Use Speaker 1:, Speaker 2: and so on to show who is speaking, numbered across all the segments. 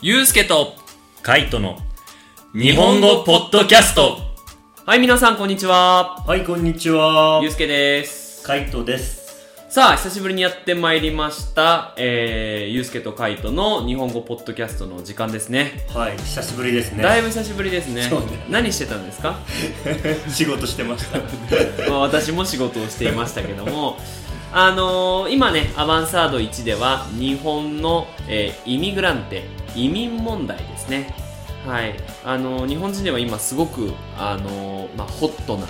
Speaker 1: ゆうすけと
Speaker 2: カイトの日本語ポッドキャスト
Speaker 1: はい皆さんこんにちは
Speaker 2: はい、こんにちは
Speaker 1: ゆう。すけです
Speaker 2: カイトです。
Speaker 1: さあ久しぶりにやってまいりました、えー、ゆうすけとカイトの日本語ポッドキャストの時間ですね
Speaker 2: はい、久しぶりです
Speaker 1: だ
Speaker 2: ね。
Speaker 1: いぶ久しぶりですね
Speaker 2: そうね
Speaker 1: 何してたんですか、
Speaker 2: 仕事してました。
Speaker 1: まあ、私も仕事をしていましたけども あのー、今ねアバンサード1では日本の、えーイミグランテ移民問題ですねはいあのー日本人では今すごくあのーまあ、ホットな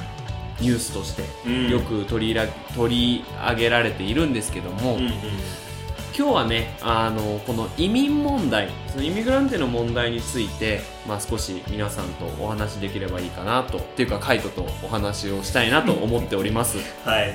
Speaker 1: ニュースとして
Speaker 2: うん
Speaker 1: よく取りら取り上げられているんですけども、
Speaker 2: うんうん。
Speaker 1: 今日はねあのこの移民問題そのイミグランテの問題について、まあ、少し皆さんとお話しできればいいかなとっていうかカイトとお話をしたいなと思っております
Speaker 2: はい。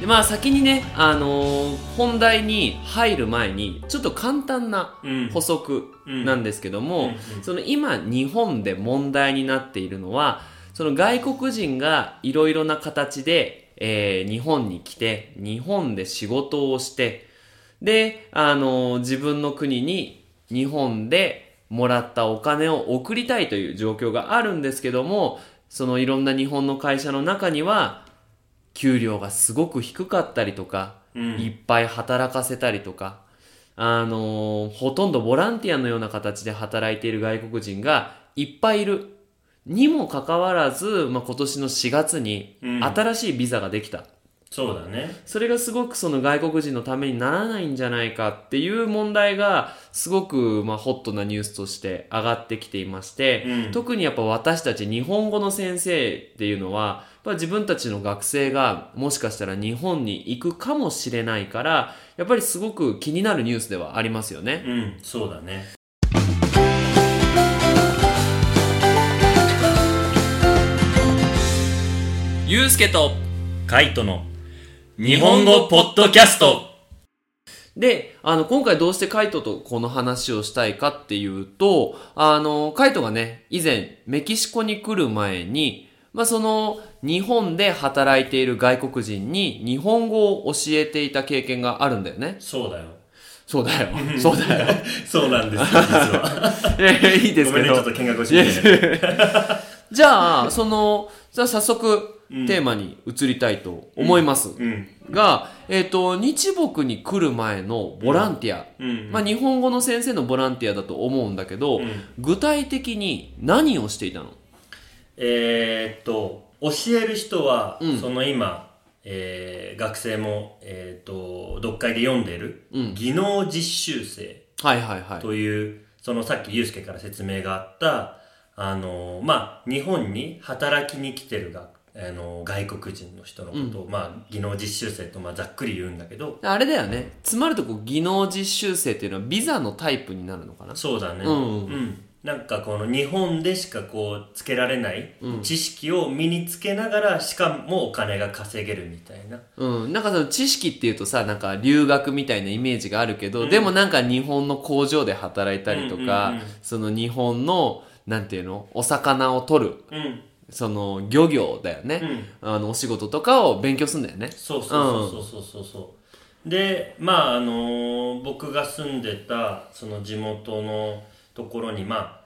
Speaker 1: でまあ先にねあの本題に入る前にちょっと簡単な
Speaker 2: うん
Speaker 1: 補足なんですけども、
Speaker 2: うんうん
Speaker 1: その今日本で問題になっているのはその外国人がいろいろな形で、えー日本に来て日本で仕事をしてで、あの自分の国に日本でもらったお金を送りたいという状況があるんですけどもそのいろんな日本の会社の中には給料がすごく低かったりとか、
Speaker 2: うん
Speaker 1: いっぱい働かせたりとか、あのーほとんどボランティアのような形で働いている外国人がいっぱいいる。にもかかわらず、まあ、今年の4月に
Speaker 2: うん
Speaker 1: 新しいビザができた。
Speaker 2: そうだね。
Speaker 1: それがすごくその外国人のためにならないんじゃないかっていう問題がすごくまあホットなニュースとして上がってきていまして、
Speaker 2: うん
Speaker 1: 特にやっぱ私たち日本語の先生っていうのはやっぱ自分たちの学生がもしかしたら日本に行くかもしれないからやっぱりすごく気になるニュースではありますよね。
Speaker 2: うん、そうだね。
Speaker 1: ゆうすけと
Speaker 2: カイトの日本語ポッドキャスト
Speaker 1: で、あの、今回どうしてカイトとこの話をしたいかっていうと、あの、カイトがね、以前、メキシコに来る前に、まあ、その、日本で働いている外国人に日本語を教えていた経験があるんだよね。
Speaker 2: そうだよ。
Speaker 1: そうだよ。そうだ よ。
Speaker 2: そうなんですよ、実は。
Speaker 1: えいいです
Speaker 2: ご
Speaker 1: け
Speaker 2: めんね、ちょっ
Speaker 1: ど
Speaker 2: と。見学をして て。
Speaker 1: じゃあ、その、じゃあ早速、
Speaker 2: うん
Speaker 1: テーマに移りたいと思います。
Speaker 2: うん。
Speaker 1: が、えっ、と、日木に来る前のボランティア。
Speaker 2: うん。
Speaker 1: まあ、日本語の先生のボランティアだと思うんだけど、
Speaker 2: うん
Speaker 1: 具体的に何をしていたの
Speaker 2: えーっと、教える人は、
Speaker 1: うん
Speaker 2: その今、えー学生も、えーっと、読解で読んでる、
Speaker 1: うん
Speaker 2: 技能実習生
Speaker 1: はいはいはい。
Speaker 2: という、そのさっきゆうすけから説明があった、あの、まあ、日本に働きに来てるが、あの、外国人の人のことを、まあ、技能実習生と、まあ、ざっくり言うんだけど、
Speaker 1: あれだよね。つまるとこう、技能実習生っていうのはビザのタイプになるのかな
Speaker 2: そうだね。
Speaker 1: うん
Speaker 2: なんかこの日本でしかこうつけられない知識を身につけながらしかもお金が稼げるみたいな
Speaker 1: うん。なんかその知識っていうとさ、なんか留学みたいなイメージがあるけど、でもなんか日本の工場で働いたりとか、
Speaker 2: うんうんうん
Speaker 1: その日本の、なんていうのお魚を取る。
Speaker 2: うん
Speaker 1: その漁業だよね、あのお仕事とかを勉強するんだよね
Speaker 2: そうそうそうそうそうそうそうでまああのー僕が住んでたその地元のところにま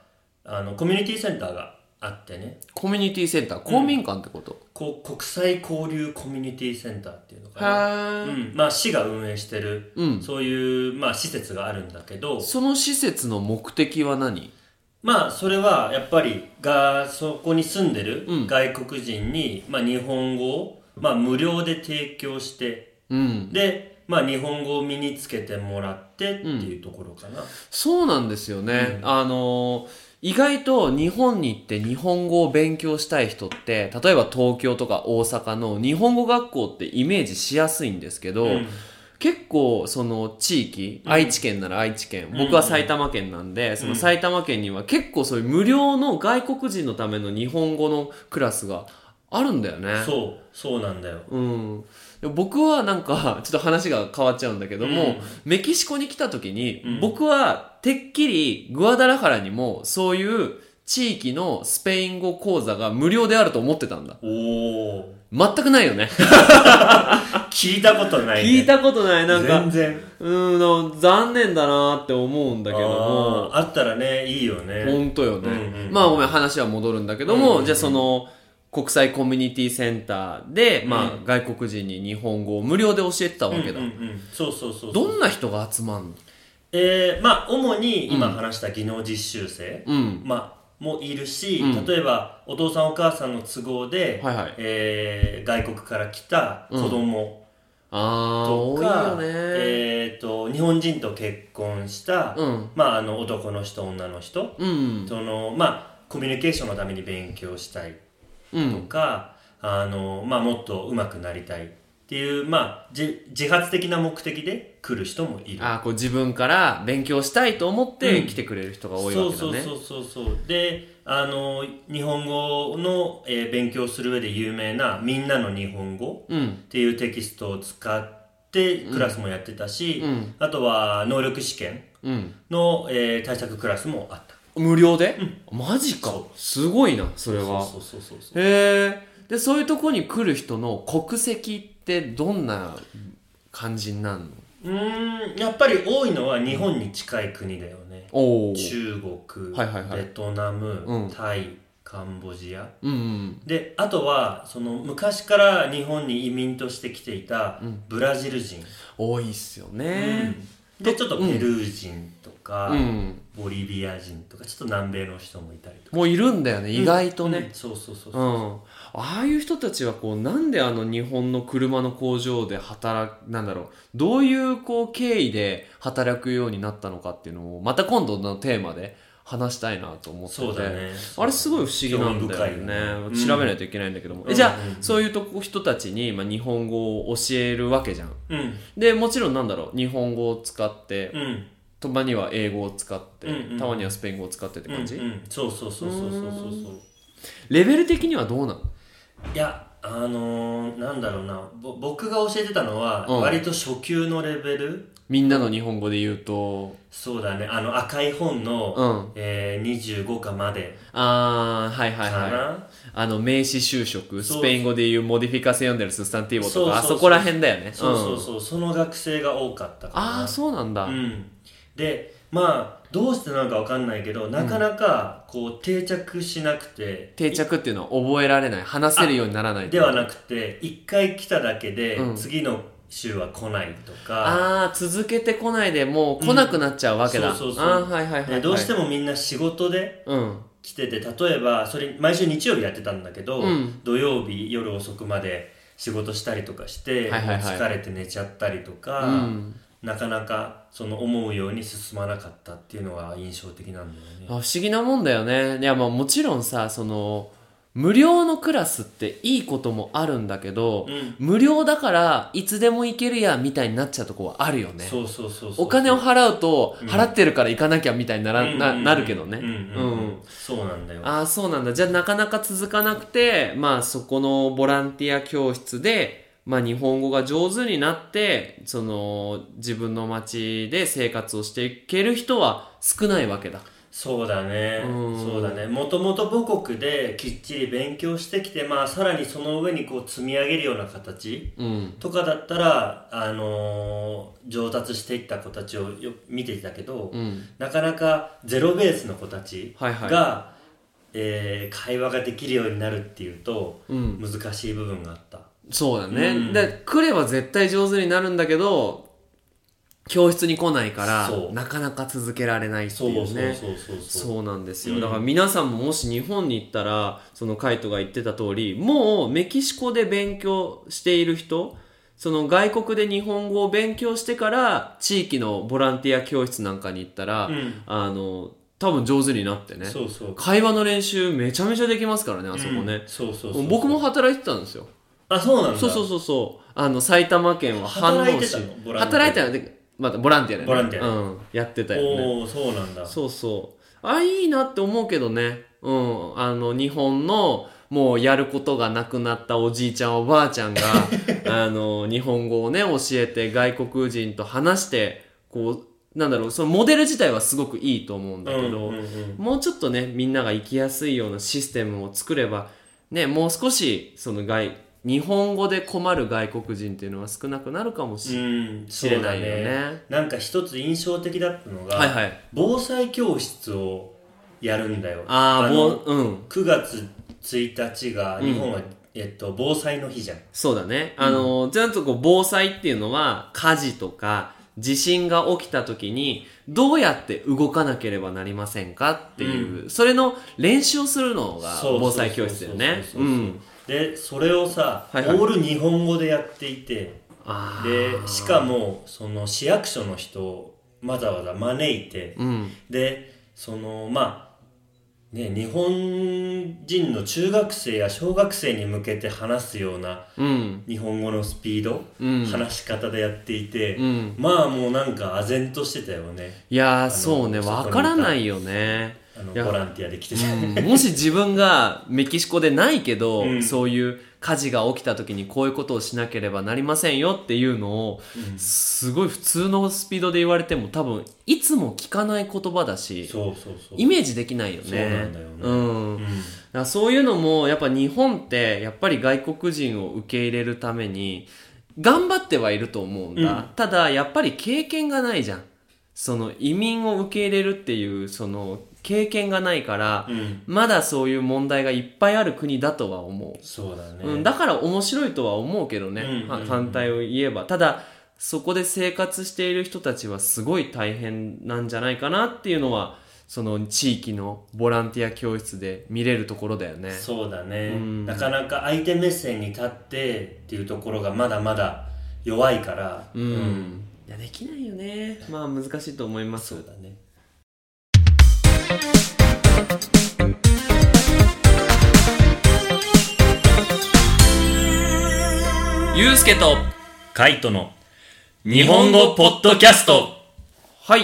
Speaker 2: ああのコミュニティセンターがあってね
Speaker 1: コミュニティセンター公民館ってこと、
Speaker 2: こう国際交流コミュニティセンターっていうのかな、
Speaker 1: は
Speaker 2: う
Speaker 1: ー
Speaker 2: んまあ、市が運営してる、
Speaker 1: うん
Speaker 2: そういう、まあ、施設があるんだけど
Speaker 1: その施設の目的は何
Speaker 2: まあそれはやっぱりがそこに住んでる
Speaker 1: うん
Speaker 2: 外国人に、まあ、日本語を、まあ、無料で提供して
Speaker 1: うん。
Speaker 2: で、まあ、日本語を身につけてもらってっていうところかな、
Speaker 1: そうなんですよね。あのー、意外と日本に行って日本語を勉強したい人って、例えば東京とか大阪の日本語学校ってイメージしやすいんですけど、
Speaker 2: うん
Speaker 1: 結構その地域、愛知県なら愛知県、僕は埼玉県なんで、その埼玉県には結構そういう無料の外国人のための日本語のクラスがあるんだよね。
Speaker 2: そうそうなんだよ
Speaker 1: うん、で僕はなんかちょっと話が変わっちゃうんだけども、
Speaker 2: うん
Speaker 1: メキシコに来た時に、
Speaker 2: うん
Speaker 1: 僕はてっきりグアダラハラにもそういう地域のスペイン語講座が無料であると思ってたんだ。
Speaker 2: おお
Speaker 1: 全くないよね。
Speaker 2: 聞いたことない、ね。
Speaker 1: 聞いたことない、なんか
Speaker 2: 全、然。
Speaker 1: うーん、残念だなって思うんだけど
Speaker 2: あ
Speaker 1: も、
Speaker 2: ーあったらね、いいよね。
Speaker 1: 本当よね、
Speaker 2: うんうん
Speaker 1: まあごめん、話は戻るんだけど
Speaker 2: うん
Speaker 1: も、
Speaker 2: うんうん
Speaker 1: じゃあその、国際コミュニティセンターで、まあ、
Speaker 2: うん
Speaker 1: 外国人に日本語を無料で教えてたわけだ。
Speaker 2: うんうんうんそうそうそうそう。
Speaker 1: どんな人が集まんの
Speaker 2: えーまあ、主に今話した技能実習生、
Speaker 1: うん。
Speaker 2: まあ、もいるし、
Speaker 1: うん
Speaker 2: 例えばお父さんお母さんの都合で、
Speaker 1: はいはい
Speaker 2: えー外国から来た子供
Speaker 1: あー、
Speaker 2: と
Speaker 1: 多い
Speaker 2: か、
Speaker 1: よね、
Speaker 2: えー、と日本人と結婚した、
Speaker 1: うん。
Speaker 2: まあ、あの男の人女の人、
Speaker 1: うん。
Speaker 2: そのまあ、コミュニケーションのために勉強したいうと
Speaker 1: ん。
Speaker 2: か、あのまあ、もっと上手くなりたいっていう、まあ、じ自発的な目的で来る人もいる。
Speaker 1: あーこう自分から勉強したいと思って来てくれる人が多いわけだね。
Speaker 2: そうそうそうそうであの日本語の、えー勉強する上で有名な「みんなの日本語」
Speaker 1: うん。
Speaker 2: っていうテキストを使ってクラスもやってたし、
Speaker 1: うん
Speaker 2: あとは能力試験
Speaker 1: うん。
Speaker 2: の、えー対策クラスもあった
Speaker 1: 無料で、マジか
Speaker 2: そ
Speaker 1: すごいな、それは。
Speaker 2: そうそうそうそう
Speaker 1: へえ。で、そういうとこに来る人の国籍ってどんな感じになるの
Speaker 2: うーんやっぱり多いのは日本に近い国だよね、
Speaker 1: おお。
Speaker 2: 中国、
Speaker 1: はいはいはい
Speaker 2: ベトナム、
Speaker 1: うん
Speaker 2: タイカンボジア
Speaker 1: うんうん。
Speaker 2: であとはその昔から日本に移民として来ていたブラジル人、
Speaker 1: 多いっすよね。
Speaker 2: でちょっとペルー人とか、
Speaker 1: うん。
Speaker 2: ボリビア人とかちょっと南米の人もいたりとか
Speaker 1: もういるんだよね、意外とね。
Speaker 2: うんそうそうそう
Speaker 1: う、
Speaker 2: そうん
Speaker 1: ああいう人たちはこうなんであの日本の車の工場で働くなんだろうどういうこう経緯で働くようになったのかっていうのをまた今度のテーマで話したいなと思ってて
Speaker 2: そうだね
Speaker 1: あれすごい不思議なんだよ
Speaker 2: 興味
Speaker 1: ね
Speaker 2: 深いよね
Speaker 1: 調べないといけないんだけども、
Speaker 2: うん
Speaker 1: えじゃあ、
Speaker 2: うん
Speaker 1: そういうとこ人たちに、まあ、日本語を教えるわけじゃん
Speaker 2: うん
Speaker 1: でもちろんなんだろう日本語を使って、
Speaker 2: うん
Speaker 1: たまには英語を使って、
Speaker 2: うんうん
Speaker 1: たまにはスペイン語を使ってって感じ、
Speaker 2: うんうんそうそうそうそうそうそうそう
Speaker 1: レベル的にはどうなの
Speaker 2: いやあのー、なんだろうなぼ僕が教えてたのは、
Speaker 1: うん
Speaker 2: 割と初級のレベル
Speaker 1: みんなの日本語で言うと
Speaker 2: そうだねあの赤い本の、
Speaker 1: うん
Speaker 2: えー、25かまで
Speaker 1: あー、はい
Speaker 2: か
Speaker 1: はい
Speaker 2: な、
Speaker 1: はい。あの、名詞就職、
Speaker 2: そう
Speaker 1: スペイン語で言うモディフィカセヨンデルススタンティーボ
Speaker 2: そう
Speaker 1: と
Speaker 2: そう
Speaker 1: か、あ
Speaker 2: そう
Speaker 1: そこら辺だよね。。
Speaker 2: そうそうんそう、その学生が多かったかな
Speaker 1: あー、そうなんだ
Speaker 2: う。ん、でまあどうしてなのかわかんないけどなかなかこう定着しなくて、
Speaker 1: 定着っていうのは覚えられない。話せるようにならない。
Speaker 2: ではなくて一回来ただけで、
Speaker 1: うん
Speaker 2: 次の週は来ないとか
Speaker 1: あー、続けてこないでもう来なくなっちゃうわけだ。
Speaker 2: うんそうそうそう
Speaker 1: あー、はいはいはいは
Speaker 2: で
Speaker 1: い。
Speaker 2: どうして
Speaker 1: も。
Speaker 2: もみんな仕事で
Speaker 1: うん。
Speaker 2: 来てて例えばそれ毎週日曜日やってたんだけど、
Speaker 1: うん
Speaker 2: 土曜日夜遅くまで仕事したりとかして、
Speaker 1: はいはいはい
Speaker 2: もう疲れて寝ちゃったりとか、
Speaker 1: うん
Speaker 2: なかなかその思うように進まなかったっていうのが印象的なんだよね。
Speaker 1: あ不思議なもんだよねいやまあもちろんさその無料のクラスっていいこともあるんだけど、
Speaker 2: うん
Speaker 1: 無料だからいつでも行けるやみたいになっちゃうとこはあるよね
Speaker 2: そうそうそうそう
Speaker 1: お金を払うと
Speaker 2: うん
Speaker 1: 払ってるから行かなきゃみたいになら、
Speaker 2: うんうんうん
Speaker 1: ななるけどね
Speaker 2: うんうんうんそうなんだよ
Speaker 1: ああそうなんだじゃあなかなか続かなくてまあそこのボランティア教室でまあ日本語が上手になってその自分の街で生活をしていける人は少ないわけだ
Speaker 2: そうだね
Speaker 1: うん
Speaker 2: そうだねもともと母国できっちり勉強してきてまあさらにその上にこう積み上げるような形
Speaker 1: うん
Speaker 2: とかだったら、あのー上達していった子たちをよ見ていたけど、
Speaker 1: うん
Speaker 2: なかなかゼロベースの子たちが、
Speaker 1: はいはい
Speaker 2: えー会話ができるようになるっていうと
Speaker 1: うん
Speaker 2: 難しい部分があった、
Speaker 1: そうだね、
Speaker 2: うん
Speaker 1: で来れば絶対上手になるんだけど教室に来ないから
Speaker 2: そう
Speaker 1: なかなか続けられないって
Speaker 2: そ
Speaker 1: いううね
Speaker 2: そうそうそうそう
Speaker 1: そうなんです
Speaker 2: う
Speaker 1: よ
Speaker 2: ん
Speaker 1: だから皆さんももし日本に行ったらそのカイトが言ってた通りもうメキシコで勉強している人その外国で日本語を勉強してから地域のボランティア教室なんかに行ったら、
Speaker 2: うん
Speaker 1: あの多分上手になってね
Speaker 2: そうそう
Speaker 1: 会話の練習めちゃめちゃできますからねあそこ
Speaker 2: う
Speaker 1: ね
Speaker 2: ん、そうそうそう
Speaker 1: 僕も働いてたんですよ
Speaker 2: あそうなんだ
Speaker 1: そうそうそうそうあの埼玉県は飯能市
Speaker 2: 働いてたのボランティア
Speaker 1: 働いてたのでまたボランティアで、ね、
Speaker 2: ボランティア
Speaker 1: うん、やってたよね
Speaker 2: おおそうなんだ
Speaker 1: そうそう。あ、いいなって思うけどね。うん。あの、日本の、もうやることがなくなったおじいちゃんおばあち ゃんが、あの、日本語をね、教えて外国人と話して、こう、なんだろう、そのモデル自体はすごくいいと思うんだけど、
Speaker 2: うんうんうん
Speaker 1: もうちょっとね、みんなが生きやすいようなシステムを作れば、ね、もう少し、その外、日本語で困る外国人っていうのは少なくなるかもし
Speaker 2: うん、
Speaker 1: し
Speaker 2: そう
Speaker 1: れ
Speaker 2: だ
Speaker 1: ないよ
Speaker 2: ね。
Speaker 1: ね。
Speaker 2: なんか一つ印象的だったのが、
Speaker 1: はいはい。
Speaker 2: 防災教室をやるんだよ。
Speaker 1: ああ、
Speaker 2: の
Speaker 1: もう、うん。
Speaker 2: 9月1日が、
Speaker 1: うん
Speaker 2: 日本は、えっと、防災の日じゃん。
Speaker 1: そうだね。あの、ちゃんとこう、防災っていうのは、火事とか、地震が起きた時に、どうやって動かなければなりませんかっていう、それの練習をするのが
Speaker 2: そうそうそうそう
Speaker 1: 防災教室だよね。
Speaker 2: そう
Speaker 1: う。
Speaker 2: そうそうんで、それをさ、
Speaker 1: はいはい
Speaker 2: オール日本語でやっていて、
Speaker 1: ああ。
Speaker 2: で、しかも、その市役所の人をわざわざ招いて、
Speaker 1: うん。
Speaker 2: で、その、まあ、ね、日本人の中学生や小学生に向けて話すような
Speaker 1: うん。
Speaker 2: 日本語のスピード、
Speaker 1: うん。
Speaker 2: 話し方でやっていて、
Speaker 1: うん。
Speaker 2: まあもうなんか唖然としてたよね。
Speaker 1: いやー、
Speaker 2: の
Speaker 1: そうね。
Speaker 2: そこにい
Speaker 1: わ
Speaker 2: た
Speaker 1: からないよね。
Speaker 2: あの、
Speaker 1: いや
Speaker 2: ボランティアで来てて。
Speaker 1: うんもし自分がメキシコでないけど、
Speaker 2: うん
Speaker 1: そういう火事が起きた時にこういうことをしなければなりませんよっていうのを、
Speaker 2: うん
Speaker 1: すごい普通のスピードで言われても多分いつも聞かない言葉だし、
Speaker 2: そうそうそう。
Speaker 1: イメージできないよね。
Speaker 2: そうなんだよね
Speaker 1: うん
Speaker 2: うん
Speaker 1: だからそういうのもやっぱ日本ってやっぱり外国人を受け入れるために頑張ってはいると思うんだ、
Speaker 2: うん
Speaker 1: ただやっぱり経験がないじゃんその移民を受け入れるっていうその経験がないから、
Speaker 2: うん。
Speaker 1: まだそういう問題がいっぱいある国だとは思
Speaker 2: そうだね。
Speaker 1: う、うん、だから面白いとは思うけどね、
Speaker 2: うんうんうん
Speaker 1: は反対を言えばただそこで生活している人たちはすごい大変なんじゃないかなっていうのはその地域のボランティア教室で見れるところだよね
Speaker 2: そうだね、
Speaker 1: うん
Speaker 2: なかなか相手目線に立ってっていうところがまだまだ弱いから、
Speaker 1: うん、いやできないよねまあ難しいと思います
Speaker 2: そうだね
Speaker 1: ゆうすけと
Speaker 2: カイトの日本語ポッドキャスト
Speaker 1: はい。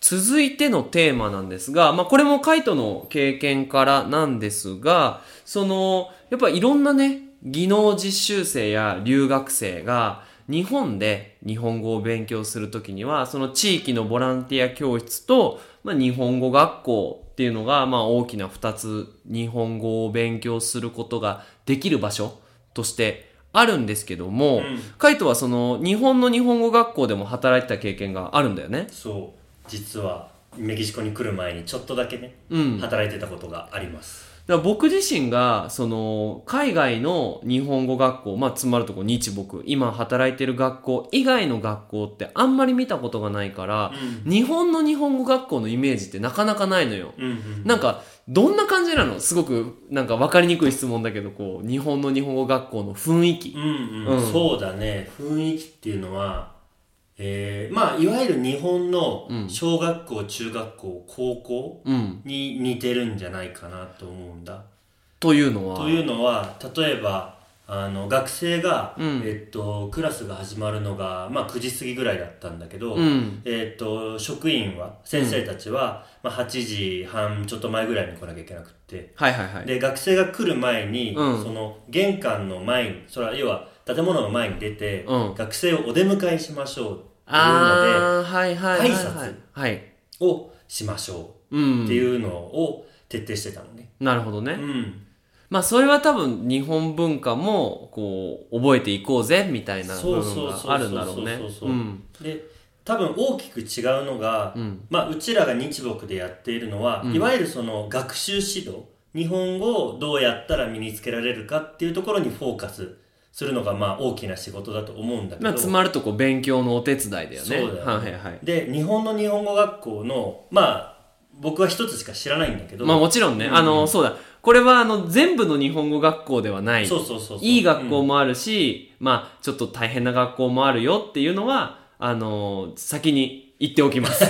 Speaker 1: 続いてのテーマなんですが、まあ、これもカイトの経験からなんですが、その、やっぱいろんなね、技能実習生や留学生が、日本で日本語を勉強するときには、その地域のボランティア教室と、まあ、日本語学校っていうのが、まあ、大きな二つ、日本語を勉強することができる場所としてあるんですけども、
Speaker 2: ん
Speaker 1: カイトはその、日本の日本語学校でも働いてた経験があるんだよね。
Speaker 2: そう実はメキシコに来る前にちょっとだけね、
Speaker 1: うん。
Speaker 2: 働いてたことがあります
Speaker 1: だから僕自身が、その、海外の日本語学校、まあ、つまるとこ日僕、今働いてる学校以外の学校ってあんまり見たことがないから、日本の日本語学校のイメージってなかなかないのよ。
Speaker 2: うんうん
Speaker 1: なんか、どんな感じなのすごく、なんか分かりにくい質問だけど、こう、日本の日本語学校の雰囲気
Speaker 2: う。んうん
Speaker 1: うん
Speaker 2: そうだね雰囲気っていうのはえー、まあいわゆる日本の
Speaker 1: うん
Speaker 2: 小学校中学校高校
Speaker 1: うん。
Speaker 2: に似てるんじゃないかなと思うんだ
Speaker 1: というのは。
Speaker 2: というのは例えばあの学生が、
Speaker 1: うん
Speaker 2: えっと、クラスが始まるのが、まあ、9時過ぎぐらいだったんだけど、
Speaker 1: うん。
Speaker 2: えっと、職員は先生たちは、まあ、8時半ちょっと前ぐらいに来なきゃいけなくって
Speaker 1: はいはいはい。
Speaker 2: で学生が来る前に、
Speaker 1: うん
Speaker 2: その玄関の前にそれは要は建物の前に出て、
Speaker 1: うん
Speaker 2: 学生をお出迎えしましょうっていうの
Speaker 1: あー、はいはいはい、はい。はい。
Speaker 2: でをしましょ
Speaker 1: う
Speaker 2: うんって。いうのを徹底してたのね。
Speaker 1: なるほどね。
Speaker 2: うん
Speaker 1: まあそれは多分日本文化もこう覚えていこうぜみたいな部
Speaker 2: そう
Speaker 1: 分
Speaker 2: そうそうそう
Speaker 1: があるんだろうね。
Speaker 2: そうそう。そううんで多分大きく違うのが、
Speaker 1: うん。
Speaker 2: まあ、うちらが日僕でやっているのは、
Speaker 1: うん
Speaker 2: いわゆるその学習指導日本語をどうやったら身につけられるかっていうところにフォーカスするのがまあ大きな仕事だと思うんだけど、
Speaker 1: まあつまるとこう勉強のお手伝いだよね。
Speaker 2: そうだよね
Speaker 1: はいはいはい。
Speaker 2: で日本の日本語学校のまあ僕は一つしか知らないんだけど、
Speaker 1: まあもちろんね、
Speaker 2: うん
Speaker 1: あの、そうだ。これはあの全部の日本語学校ではない。
Speaker 2: そうそうそうそう
Speaker 1: いい学校もあるし、まあちょっと大変な学校もあるよっていうのは、あの、先に言っておき ます。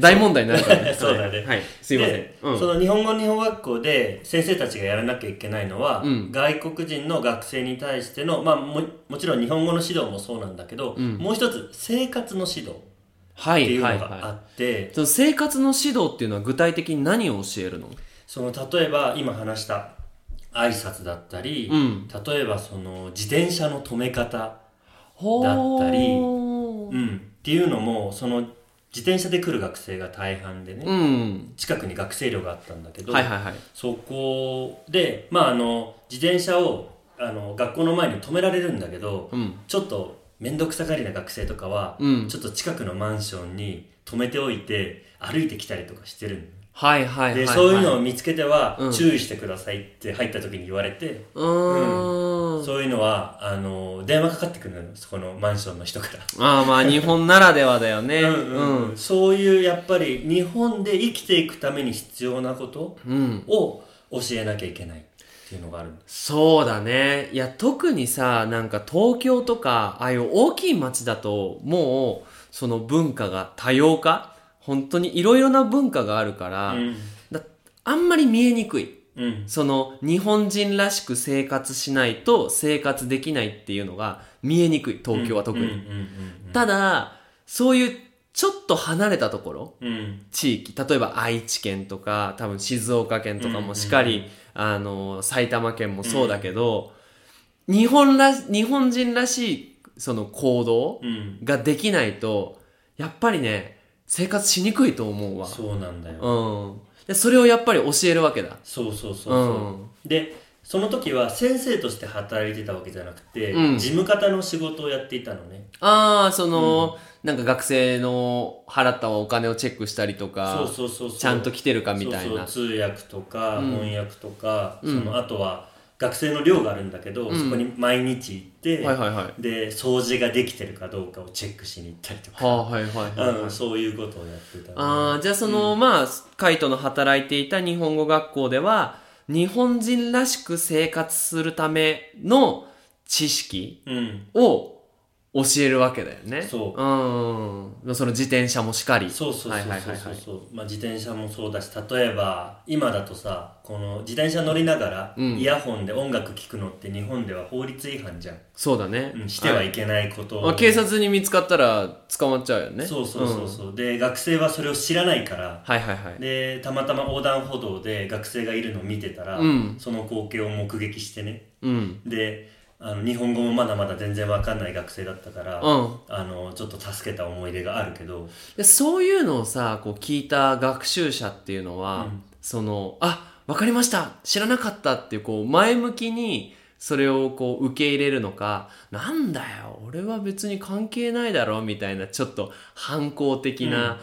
Speaker 1: 大問題になるからね。
Speaker 2: そうだね
Speaker 1: はい。すいません
Speaker 2: で。
Speaker 1: うん。
Speaker 2: その日本語日本語学校で先生たちがやらなきゃいけないのは、
Speaker 1: うん
Speaker 2: 外国人の学生に対しての、まあ、ももちろん日本語の指導もそうなんだけど、
Speaker 1: うん
Speaker 2: もう一つ生活の指導っ
Speaker 1: は
Speaker 2: てい
Speaker 1: い、
Speaker 2: うの
Speaker 1: はい、
Speaker 2: があ
Speaker 1: は
Speaker 2: って、
Speaker 1: い。その生活の指導っていうのは具体的に何を教えるの
Speaker 2: その例えば今話した挨拶だったり、
Speaker 1: うん
Speaker 2: 例えばその自転車の止め方、
Speaker 1: ほー
Speaker 2: だったり
Speaker 1: う
Speaker 2: うんっていうのもその自転車で来る学生が大半でね、
Speaker 1: ん。
Speaker 2: 近くに学生寮があったんだけど、
Speaker 1: はいはいはい。
Speaker 2: そこで、まあ、あの自転車をあの学校の前に止められるんだけど、
Speaker 1: うん
Speaker 2: ちょっと面倒くさがりな学生とかは、
Speaker 1: うん
Speaker 2: ちょっと近くのマンションに止めておいて歩いてきたりとかしてるん
Speaker 1: はいはいはい、はい。
Speaker 2: でそういうのを見つけては、
Speaker 1: うん
Speaker 2: 注意してくださいって入った時に言われて、
Speaker 1: うーん。
Speaker 2: そういうのはあの電話かかってくるのよそこのマンションの人から。
Speaker 1: ああまあ日本ならではだよね。
Speaker 2: うんうん
Speaker 1: うん。
Speaker 2: そういうやっぱり日本で生きていくために必要なこと
Speaker 1: うん。
Speaker 2: を教えなきゃいけないっていうのがあるんです
Speaker 1: そうだね。いや、特にさ、なんか東京とか、ああいう大きい街だと、もう、その文化が多様化本当にいろいろな文化があるから、
Speaker 2: うん
Speaker 1: だあんまり見えにくい。
Speaker 2: うん
Speaker 1: その、日本人らしく生活しないと生活できないっていうのが見えにくい。東京は特に。
Speaker 2: うんうん
Speaker 1: ただ、そういうちょっと離れたところ、
Speaker 2: うんうん
Speaker 1: 地域例えば愛知県とか多分静岡県とかもしっかり、あの埼玉県もそうだけど、日本ら日本人らしいその行動
Speaker 2: うん
Speaker 1: ができないとやっぱりね生活しにくいと思うわ
Speaker 2: そうなんだ
Speaker 1: う
Speaker 2: よ、
Speaker 1: ん、でそれをやっぱり教えるわけだ
Speaker 2: そうそうそうそう、でその時は先生として働いてたわけじゃなくて、
Speaker 1: うん
Speaker 2: 事務方の仕事をやっていたのね
Speaker 1: ああその、なんか学生の払ったお金をチェックしたりとか
Speaker 2: そうそうそうそう
Speaker 1: ちゃんと来てるかみたいな
Speaker 2: そうそう通訳とか
Speaker 1: うん
Speaker 2: 翻訳とか、
Speaker 1: うん
Speaker 2: そのあとは学生の寮があるんだけど、
Speaker 1: うん
Speaker 2: そこに毎日行って、
Speaker 1: はいはいはいは
Speaker 2: で掃除ができてるかどうかをチェックしに行ったりとか、
Speaker 1: あはいはいはい、はい
Speaker 2: うん、そういうことをやってたね
Speaker 1: あーじゃあその、まあカイトの働いていた日本語学校では日本人らしく生活するための知識
Speaker 2: うん
Speaker 1: を教えるわけだよね
Speaker 2: そう
Speaker 1: うんその自転車もしかり
Speaker 2: そうそうそう
Speaker 1: はいはい
Speaker 2: そ
Speaker 1: はいは
Speaker 2: うそう
Speaker 1: い
Speaker 2: そうまあ自転車もそうだし例えば今だとさこの自転車乗りながら、
Speaker 1: うん
Speaker 2: イヤホンで音楽聴くのって日本では法律違反じゃん、
Speaker 1: そうだね、
Speaker 2: うん、してはいけないことを、
Speaker 1: まあ、警察に見つかったら捕まっちゃうよね
Speaker 2: そうそうそうんそう、で学生はそれを知らないから
Speaker 1: はいはいはい
Speaker 2: でたまたま横断歩道で学生がいるのを見てたら、
Speaker 1: うん
Speaker 2: その光景を目撃してね
Speaker 1: うん
Speaker 2: であの日本語もまだまだ全然わかんない学生だったから、
Speaker 1: うん
Speaker 2: あのちょっと助けた思い出があるけど
Speaker 1: でそういうのをさこう聞いた学習者っていうのは、
Speaker 2: うん
Speaker 1: そのあわかりました知らなかったっていうこう前向きにそれをこう受け入れるのかなんだよ俺は別に関係ないだろみたいなちょっと反抗的な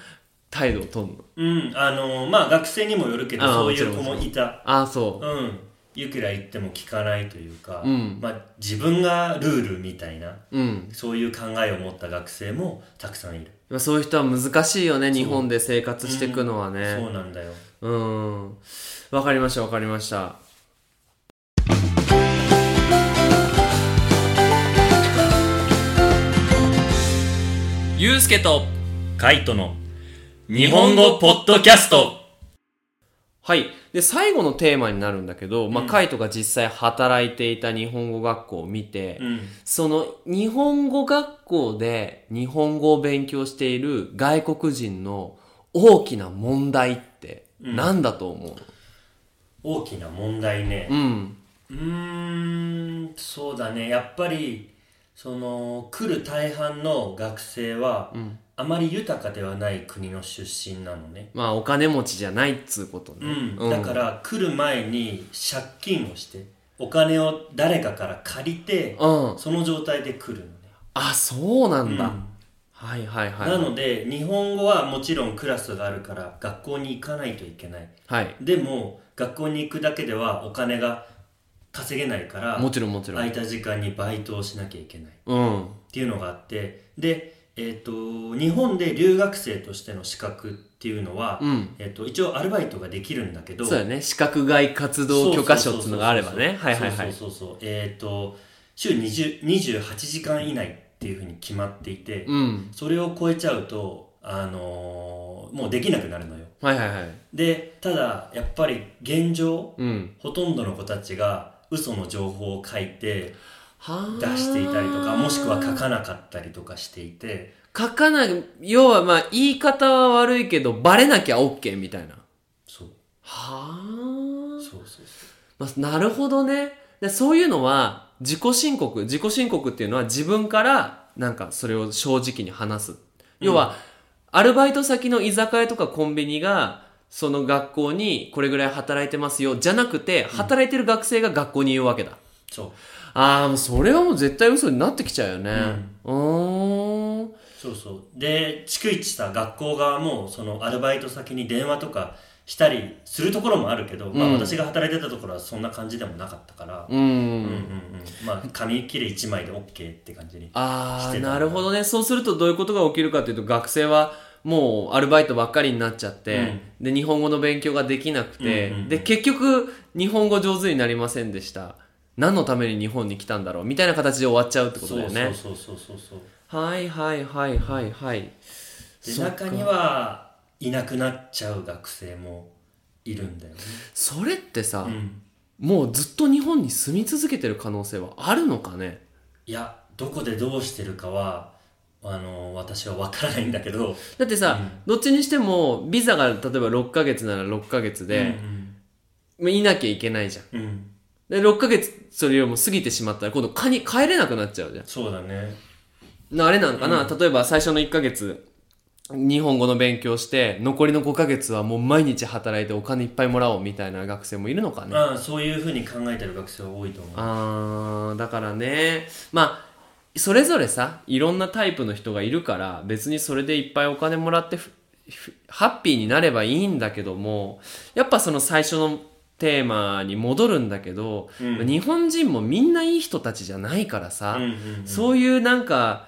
Speaker 1: 態度をとるの、
Speaker 2: うんあのまあ学生にもよるけど
Speaker 1: あ
Speaker 2: そうい
Speaker 1: も
Speaker 2: う
Speaker 1: ち
Speaker 2: 子
Speaker 1: ろんも
Speaker 2: も
Speaker 1: ちろん
Speaker 2: いた
Speaker 1: ああそう、
Speaker 2: うんいくら言っても聞かないというか、
Speaker 1: うん
Speaker 2: まあ、自分がルールみたいな
Speaker 1: うん、
Speaker 2: そういう考えを持った学生もたくさんいる、
Speaker 1: まあそういう人は難しいよね日本で生活していくのはね、
Speaker 2: そうなんだよ
Speaker 1: うん。わかりました、わかりました。ゆうすけと、
Speaker 2: カイトの日本語ポッドキャスト
Speaker 1: はい。で、最後のテーマになるんだけど、まあ、
Speaker 2: うん
Speaker 1: カイトが実際働いていた日本語学校を見て、
Speaker 2: うん
Speaker 1: その日本語学校で日本語を勉強している外国人の大きな問題って何だと思う、
Speaker 2: 大きな問題ね
Speaker 1: うん、
Speaker 2: うーんそうだねやっぱりその来る大半の学生は、
Speaker 1: ん
Speaker 2: あまり豊かではない国の出身なのね、
Speaker 1: まあお金持ちじゃないっつうことね。
Speaker 2: うん
Speaker 1: うん
Speaker 2: だから来る前に借金をしてお金を誰かから借りて、
Speaker 1: うん。
Speaker 2: その状態で来るのね、
Speaker 1: あ、そうなんだ。
Speaker 2: うん
Speaker 1: はいはいはい。
Speaker 2: なので日本語はもちろんクラスがあるから学校に行かないといけない
Speaker 1: はい。
Speaker 2: でも学校に行くだけではお金が稼げないから
Speaker 1: もちろんもちろ
Speaker 2: 空
Speaker 1: ん。
Speaker 2: いた時間にバイトをしなきゃいけない
Speaker 1: うん。
Speaker 2: っていうのがあってで、えっと日本で留学生としての資格っていうのは、
Speaker 1: うん。
Speaker 2: えっと一応アルバイトができるんだけど
Speaker 1: そうだね。資格外活動許可証っていうのがあればね。
Speaker 2: そ
Speaker 1: は
Speaker 2: う
Speaker 1: い
Speaker 2: そう
Speaker 1: は
Speaker 2: そ
Speaker 1: い
Speaker 2: う
Speaker 1: はい。
Speaker 2: そうそうそうそうえっ、と週20 28時間以内っていうふうに決まっていて、
Speaker 1: うん。
Speaker 2: それを超えちゃうとあのーもうできなくなるのよ
Speaker 1: はいはいはい。
Speaker 2: でただやっぱり現状
Speaker 1: うん。
Speaker 2: ほとんどの子たちが嘘の情報を書いて
Speaker 1: は
Speaker 2: 出していたりとかもしくは書かなかったりとかしていて
Speaker 1: 書かない。要はまあ言い方は悪いけど、バレなきゃ OK みたいな。
Speaker 2: そう
Speaker 1: はあ。
Speaker 2: そうそうそう
Speaker 1: まあ、なるほどね。でそういうのは自己申告。自己申告っていうのは自分からなんかそれを正直に話す。要は、アルバイト先の居酒屋とかコンビニが、その学校にこれぐらい働いてますよ、じゃなくて、働いてる学生が学校に言うわけだ。
Speaker 2: そう
Speaker 1: ああ、もうそれはもう絶対嘘になってきちゃうよね。うーん。
Speaker 2: そうそう。で、逐一さ、学校側も、そのアルバイト先に電話とかしたりするところもあるけど、まあ
Speaker 1: うん
Speaker 2: 私が働いてたところはそんな感じでもなかったから、
Speaker 1: う。
Speaker 2: うんうんうんん。まあ、紙切れ1枚で OK って感じに。し
Speaker 1: あ
Speaker 2: て
Speaker 1: あ、
Speaker 2: た
Speaker 1: なるほどね。そうするとどういうことが起きるかというと、学生はもうアルバイトばっかりになっちゃって、で、日本語の勉強ができなくて、
Speaker 2: うんうんうん
Speaker 1: で、結局、日本語上手になりませんでした。何のために日本に来たんだろうみたいな形で終わっちゃうってことだよね。
Speaker 2: そうそうそうそうそう。
Speaker 1: はいはいはいはいはい。
Speaker 2: で、
Speaker 1: そっか
Speaker 2: 中には、いなくなっちゃう学生もいるんだよね。
Speaker 1: それってさ、
Speaker 2: うん。
Speaker 1: もうずっと日本に住み続けてる可能性はあるのかね
Speaker 2: いや、どこでどうしてるかは、あの、私はわからないんだけど、
Speaker 1: だってさ、どっちにしてもビザが例えば6ヶ月なら6ヶ月で、まあいなきゃいけないじゃん
Speaker 2: うんうん、うん。
Speaker 1: で6ヶ月それよりも過ぎてしまったら今度かに帰れなくなっちゃうじゃ
Speaker 2: そうだね。
Speaker 1: んなあれなんかな、例えば最初の1ヶ月日本語の勉強して残りの5ヶ月はもう毎日働いてお金いっぱいもらおうみたいな学生もいるのかね
Speaker 2: ああそういうふうに考えてる学生は多いと思う
Speaker 1: あーだからねまあそれぞれさいろんなタイプの人がいるから別にそれでいっぱいお金もらってふふハッピーになればいいんだけどもやっぱその最初のテーマに戻るんだけど、
Speaker 2: うん
Speaker 1: 日本人もみんないい人たちじゃないからさ、
Speaker 2: うんうんうん
Speaker 1: そういうなんか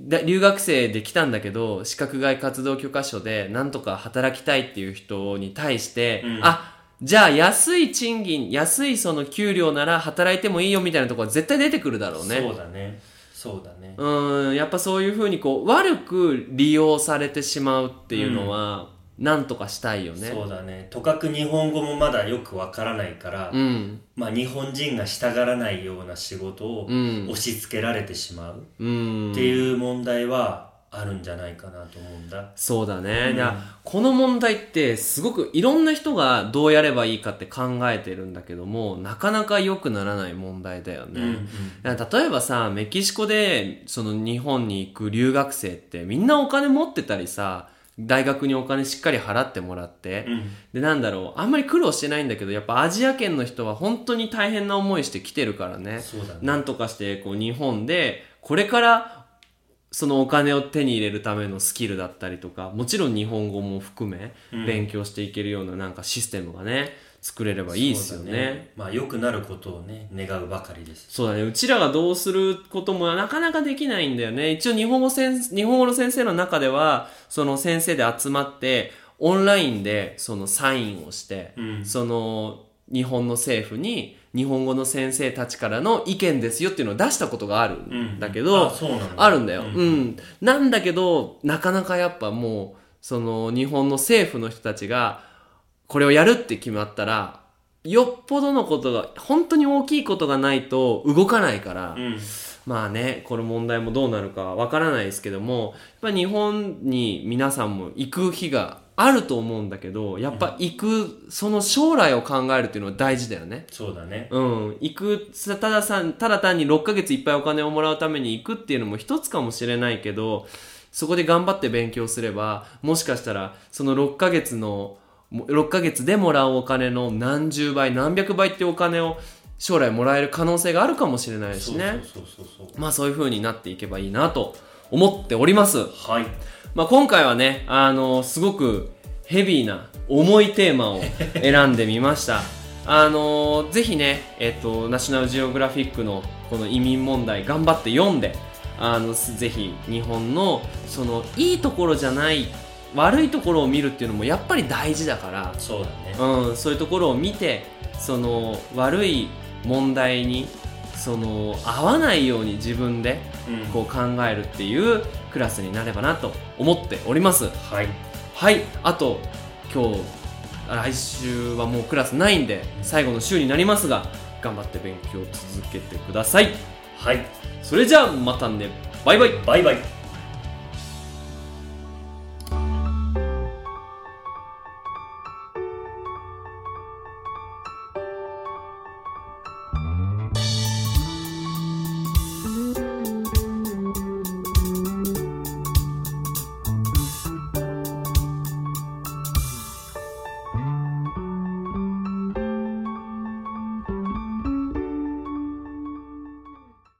Speaker 1: だ留学生で来たんだけど資格外活動許可書でなんとか働きたいっていう人に対して、
Speaker 2: うん
Speaker 1: あじゃあ安い賃金安いその給料なら働いてもいいよみたいなところは絶対出てくるだろうね
Speaker 2: そうだねそうだね
Speaker 1: ううんやっぱそういうふうにこう悪く利用されてしまうっていうのは、なんとかしたいよね
Speaker 2: そうだねとかく日本語もまだよくわからないから、
Speaker 1: うん
Speaker 2: まあ、日本人がしたがらないような仕事を
Speaker 1: うん
Speaker 2: 押し付けられてしまう
Speaker 1: うん
Speaker 2: っていう問題はあるんじゃないかなと思うんだ
Speaker 1: そうだね。
Speaker 2: うん
Speaker 1: いや、この問題ってすごくいろんな人がどうやればいいかって考えてるんだけども、なかなか良くならない問題だよね。
Speaker 2: うん
Speaker 1: だから例えばさ、メキシコでその日本に行く留学生ってみんなお金持ってたりさ、大学にお金しっかり払ってもらって、
Speaker 2: うん
Speaker 1: で、なんだろう、あんまり苦労してないんだけど、やっぱアジア圏の人は本当に大変な思いして来てるからね。
Speaker 2: そうだね
Speaker 1: なんとかしてこう日本でこれからそのお金を手に入れるためのスキルだったりとかもちろん日本語も含め
Speaker 2: うん
Speaker 1: 勉強していけるようななんかシステムがね作れればいいですよ
Speaker 2: そうだ
Speaker 1: ね。
Speaker 2: まあ良くなることをね願うばかりです
Speaker 1: そうだね。うちらがどうすることもなかなかできないんだよね。一応日本語先、日本語の先生の中では、その先生で集まって、オンラインでそのサインをして、
Speaker 2: うん
Speaker 1: その日本の政府に日本語の先生たちからの意見ですよっていうのを出したことがあるんだけど、
Speaker 2: あそうなんだ
Speaker 1: あるんだよ、うんなんだけどなかなかやっぱもうその日本の政府の人たちがこれをやるって決まったらよっぽどのことが本当に大きいことがないと動かないから、
Speaker 2: うん
Speaker 1: まあねこの問題もどうなるかわからないですけどもやっぱ日本に皆さんも行く日があると思うんだけどやっぱ行くその将来を考えるっていうのは大事だよね。
Speaker 2: そうだね
Speaker 1: うん、行くさたださんただ単に6ヶ月いっぱいお金をもらうために行くっていうのも一つかもしれないけどそこで頑張って勉強すればもしかしたらその6ヶ月のも6ヶ月でもらうお金の何十倍何百倍っていうお金を将来もらえる可能性があるかもしれないし
Speaker 2: そう
Speaker 1: ね
Speaker 2: そうそうそうそ
Speaker 1: まあそういう風になっていけばいいなと思っております
Speaker 2: うはい
Speaker 1: まあ、今回はね、あのすごくヘビーな重いテーマを選んでみました。あのぜひね、えっと、ナショナルジオグラフィックのこの移民問題頑張って読んで、あの、すぜひ日本のそのいいところじゃない悪いところを見るっていうのもやっぱり大事だから、
Speaker 2: そうだね
Speaker 1: うん、そういうところを見てその悪い問題にその合わないように自分で
Speaker 2: うん
Speaker 1: こう考えるっていうクラスになればなと思っております
Speaker 2: はい
Speaker 1: はいあと今日来週はもうクラスないんで最後の週になりますが頑張って勉強を続けてください
Speaker 2: はい
Speaker 1: それじゃあまたねバイバイ
Speaker 2: バイバイ